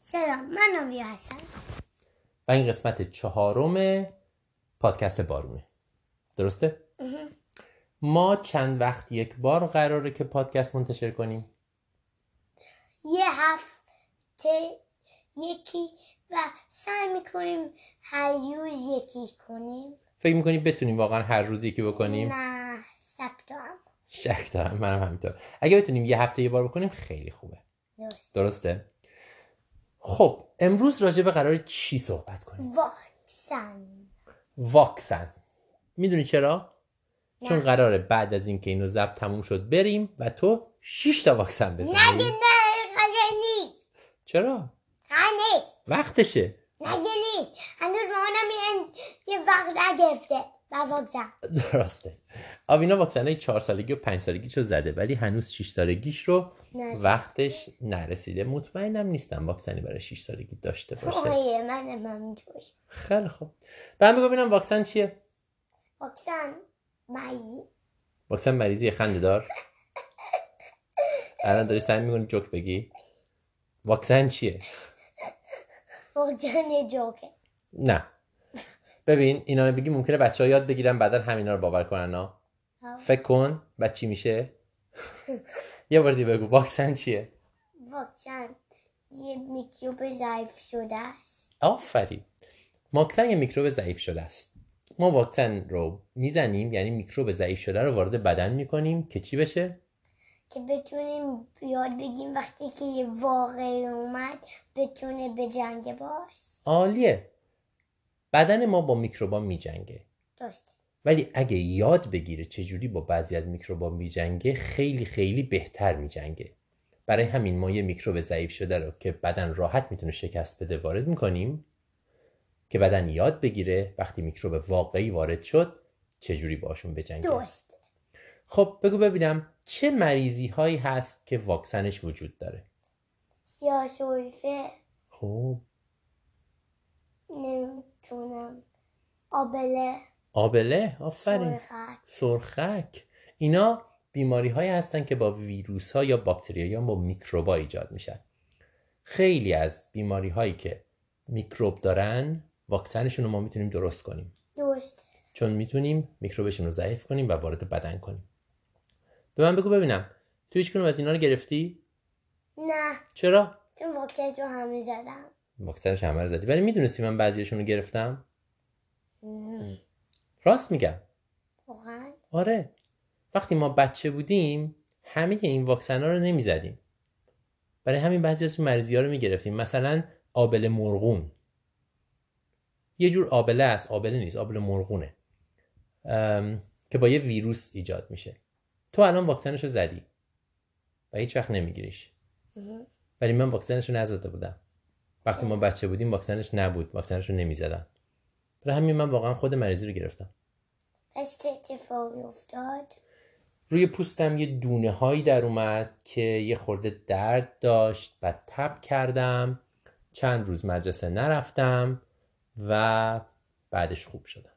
سلام من آبیا هستم و این قسمت چهارم پادکست بارونه درسته؟ ما چند وقت یک بار قراره که پادکست منتشر کنیم یه هفته یکی و سعی میکنیم هر روز یکی کنیم فکر میکنی بتونیم واقعا هر روز یکی بکنیم نه سبت هم شک دارم منم همینطور اگه بتونیم یه هفته یه بار بکنیم خیلی خوبه درست درسته خب امروز راجع به قرار چی صحبت کنیم واکسن واکسن میدونی چرا نه. چون قراره بعد از اینکه اینو ضبط تموم شد بریم و تو 6 تا واکسن نگه بزنی نه قدر نیست چرا قدر نیست وقتشه نگه نیست هنوز مامانم این- یه وقت نگرفته و واکسن درسته آوینا واکسن های 4 سالگی و 5 سالگیش رو زده ولی هنوز 6 سالگیش رو نزده. وقتش نرسیده مطمئنم نیستم واکسنی برای 6 سالگی داشته باشه خب، آقای من ممنون خیلی خوب به هم بگو ببینم واکسن چیه واکسن مریضی واکسن مریضی خنده دار الان داری سعی میکنی جوک بگی واکسن چیه واکسن جوکه نه ببین اینا رو بگی ممکنه بچه ها یاد بگیرن بعدا همینا رو باور کنن ها آه. فکر کن بعد چی میشه یه بار دیگه بگو واکسن چیه واکسن یه میکروب ضعیف شده است آفرین واکسن یه میکروب ضعیف شده است ما واکسن رو میزنیم یعنی میکروب ضعیف شده رو وارد بدن میکنیم که چی بشه که بتونیم یاد بگیم وقتی که یه واقعی اومد بتونه به جنگ باش عالیه بدن ما با میکروبا میجنگه درسته ولی اگه یاد بگیره چجوری با بعضی از میکروبا میجنگه خیلی خیلی بهتر میجنگه برای همین ما یه میکروب ضعیف شده رو که بدن راحت میتونه شکست بده وارد میکنیم که بدن یاد بگیره وقتی میکروب واقعی وارد شد چجوری باشون بجنگه درسته خب بگو ببینم چه مریضی هایی هست که واکسنش وجود داره سیاه سرفه خب نمیتونم آبله آبله آفرین سرخک سرخک اینا بیماری هایی هستن که با ویروس ها یا باکتری یا با میکروبا ایجاد میشن خیلی از بیماری هایی که میکروب دارن واکسنشون رو ما میتونیم درست کنیم درسته چون میتونیم میکروبشون رو ضعیف کنیم و وارد بدن کنیم به من بگو ببینم تو هیچ کنون از اینا رو گرفتی؟ نه چرا؟ چون واکسن رو همه زدم واکسنش همه رو زدی ولی میدونستی من بعضیشون رو گرفتم؟ مم. راست میگم واقعا آره وقتی ما بچه بودیم همه این واکسن ها رو نمیزدیم برای همین بعضی از مریضی ها رو میگرفتیم مثلا آبل مرغون یه جور آبله است آبله نیست آبل مرغونه ام، که با یه ویروس ایجاد میشه تو الان واکسنش رو زدی و هیچ وقت نمیگیریش مم. ولی من واکسنش رو نزده بودم وقتی ما بچه بودیم واکسنش نبود واکسنش رو نمیزدم برای همین من واقعا خود مریضی رو گرفتم پس چه اتفاقی افتاد روی پوستم یه دونه هایی در اومد که یه خورده درد داشت و تب کردم چند روز مدرسه نرفتم و بعدش خوب شدم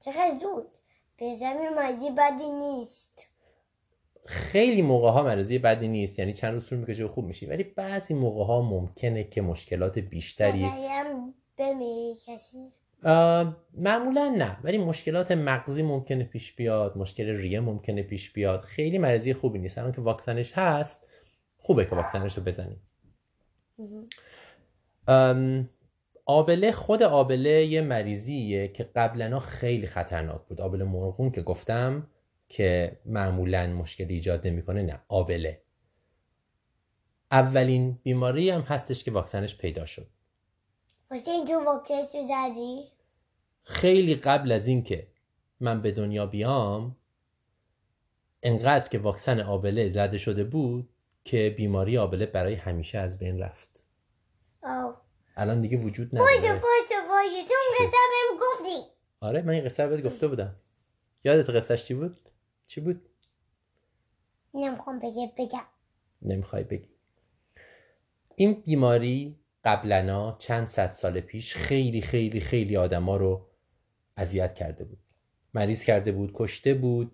چقدر زود به زمین مریضی بدی نیست خیلی موقع ها مرضی بدی نیست یعنی چند روز طول میکشه و خوب میشی ولی بعضی موقع ها ممکنه که مشکلات بیشتری مثلا بمیری کسی آه، معمولا نه ولی مشکلات مغزی ممکنه پیش بیاد مشکل ریه ممکنه پیش بیاد خیلی مرضی خوبی نیست الان که واکسنش هست خوبه که واکسنش رو بزنیم ام، آبله خود آبله یه مریضیه که قبلا خیلی خطرناک بود آبله مرغون که گفتم که معمولا مشکلی ایجاد نمیکنه نه آبله اولین بیماری هم هستش که واکسنش پیدا شد حسین تو واکسن رو زدی خیلی قبل از اینکه من به دنیا بیام انقدر که واکسن آبله زده شده بود که بیماری آبله برای همیشه از بین رفت آه الان دیگه وجود باشه نداره باشه باشه تو اون چی؟ قصه بهم گفتی آره من این قصه رو بهت گفته بودم یادت قصهش چی بود چی بود نمیخوام بگه بگم نمیخوای بگی این بیماری قبلنا چند صد سال پیش خیلی خیلی خیلی آدما رو اذیت کرده بود مریض کرده بود کشته بود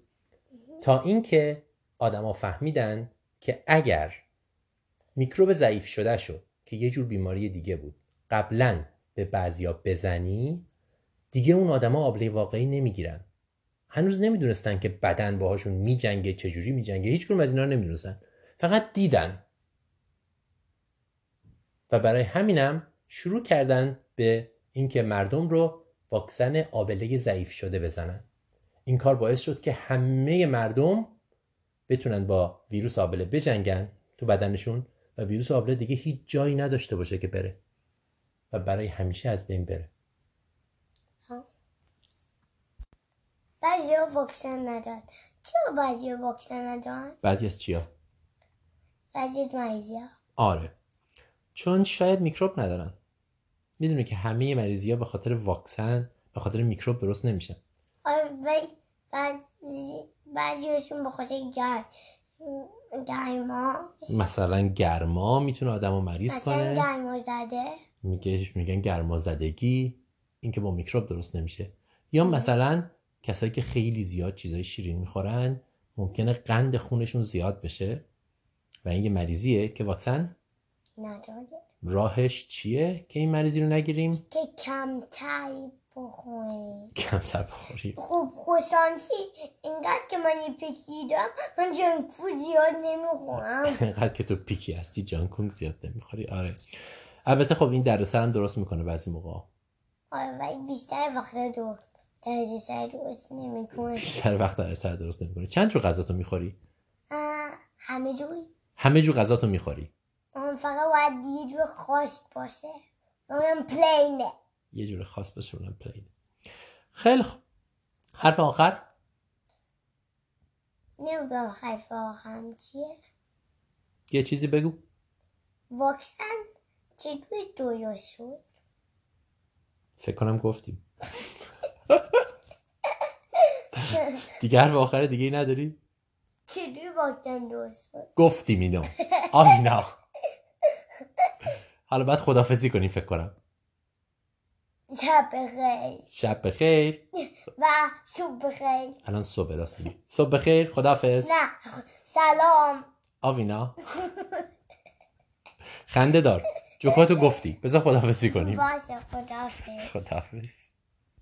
تا اینکه آدما فهمیدن که اگر میکروب ضعیف شده شد که که یه جور بیماری دیگه بود قبلا به بعضیا بزنی دیگه اون آدما آبله واقعی نمیگیرن هنوز نمیدونستن که بدن باهاشون میجنگه چجوری میجنگه هیچ کنون از اینا رو نمیدونستن فقط دیدن و برای همینم شروع کردن به اینکه مردم رو واکسن آبله ضعیف شده بزنن این کار باعث شد که همه مردم بتونن با ویروس آبله بجنگن تو بدنشون و ویروس آبله دیگه هیچ جایی نداشته باشه که بره و برای همیشه از بین بره بعضی ها واکسن ندارن چرا بعضی ها واکسن ندارن؟ بعضی از چیا؟ بعضی از مریضی ها آره چون شاید میکروب ندارن میدونه که همه مریضی ها به خاطر واکسن به خاطر میکروب درست نمیشن آره ولی بعضی بعضیشون به خاطر گرم گرما مثلا گرما میتونه آدم رو مریض مثلا کنه گرما زده میگه میگن گرما زدگی این که با میکروب درست نمیشه یا مثلا کسایی که خیلی زیاد چیزای شیرین میخورن ممکنه قند خونشون زیاد بشه و این یه مریضیه که واکسن نداره راهش چیه که این مریضی رو نگیریم که کمتر بخورید کمتر بخوریم خب خوشانسی اینقدر که من یه پکی دارم من جنگ فود زیاد نمیخورم اینقدر که تو پیکی هستی جانکون زیاد نمیخوری آره البته خب این دردسر هم درست میکنه بعضی موقع آره ولی بیشتر وقتا دو درد سر درست نمیکنه بیشتر وقت دردسر درست نمیکنه چند جور غذا تو میخوری همه جوری همه جور غذا تو میخوری اون فقط باید یه جور خاص باشه اونم پلینه یه جور خاص بشه اونم پلین خیلی خوب حرف آخر نمیدونم حرف آخرم چیه یه چیزی بگو واکسن چجوری دویا شد فکر کنم گفتیم دیگه حرف آخر دیگه ای نداری چجوری واکسن درست شد گفتیم اینو آمینا حالا باید خدافزی کنیم فکر کنم شب بخیر شب بخیر و صبح بخیر الان صبح راست میگی صبح بخیر خدافز نه سلام آوینا خنده دار جوکاتو گفتی بذار خدافزی کنیم باشه خدافظ خدافز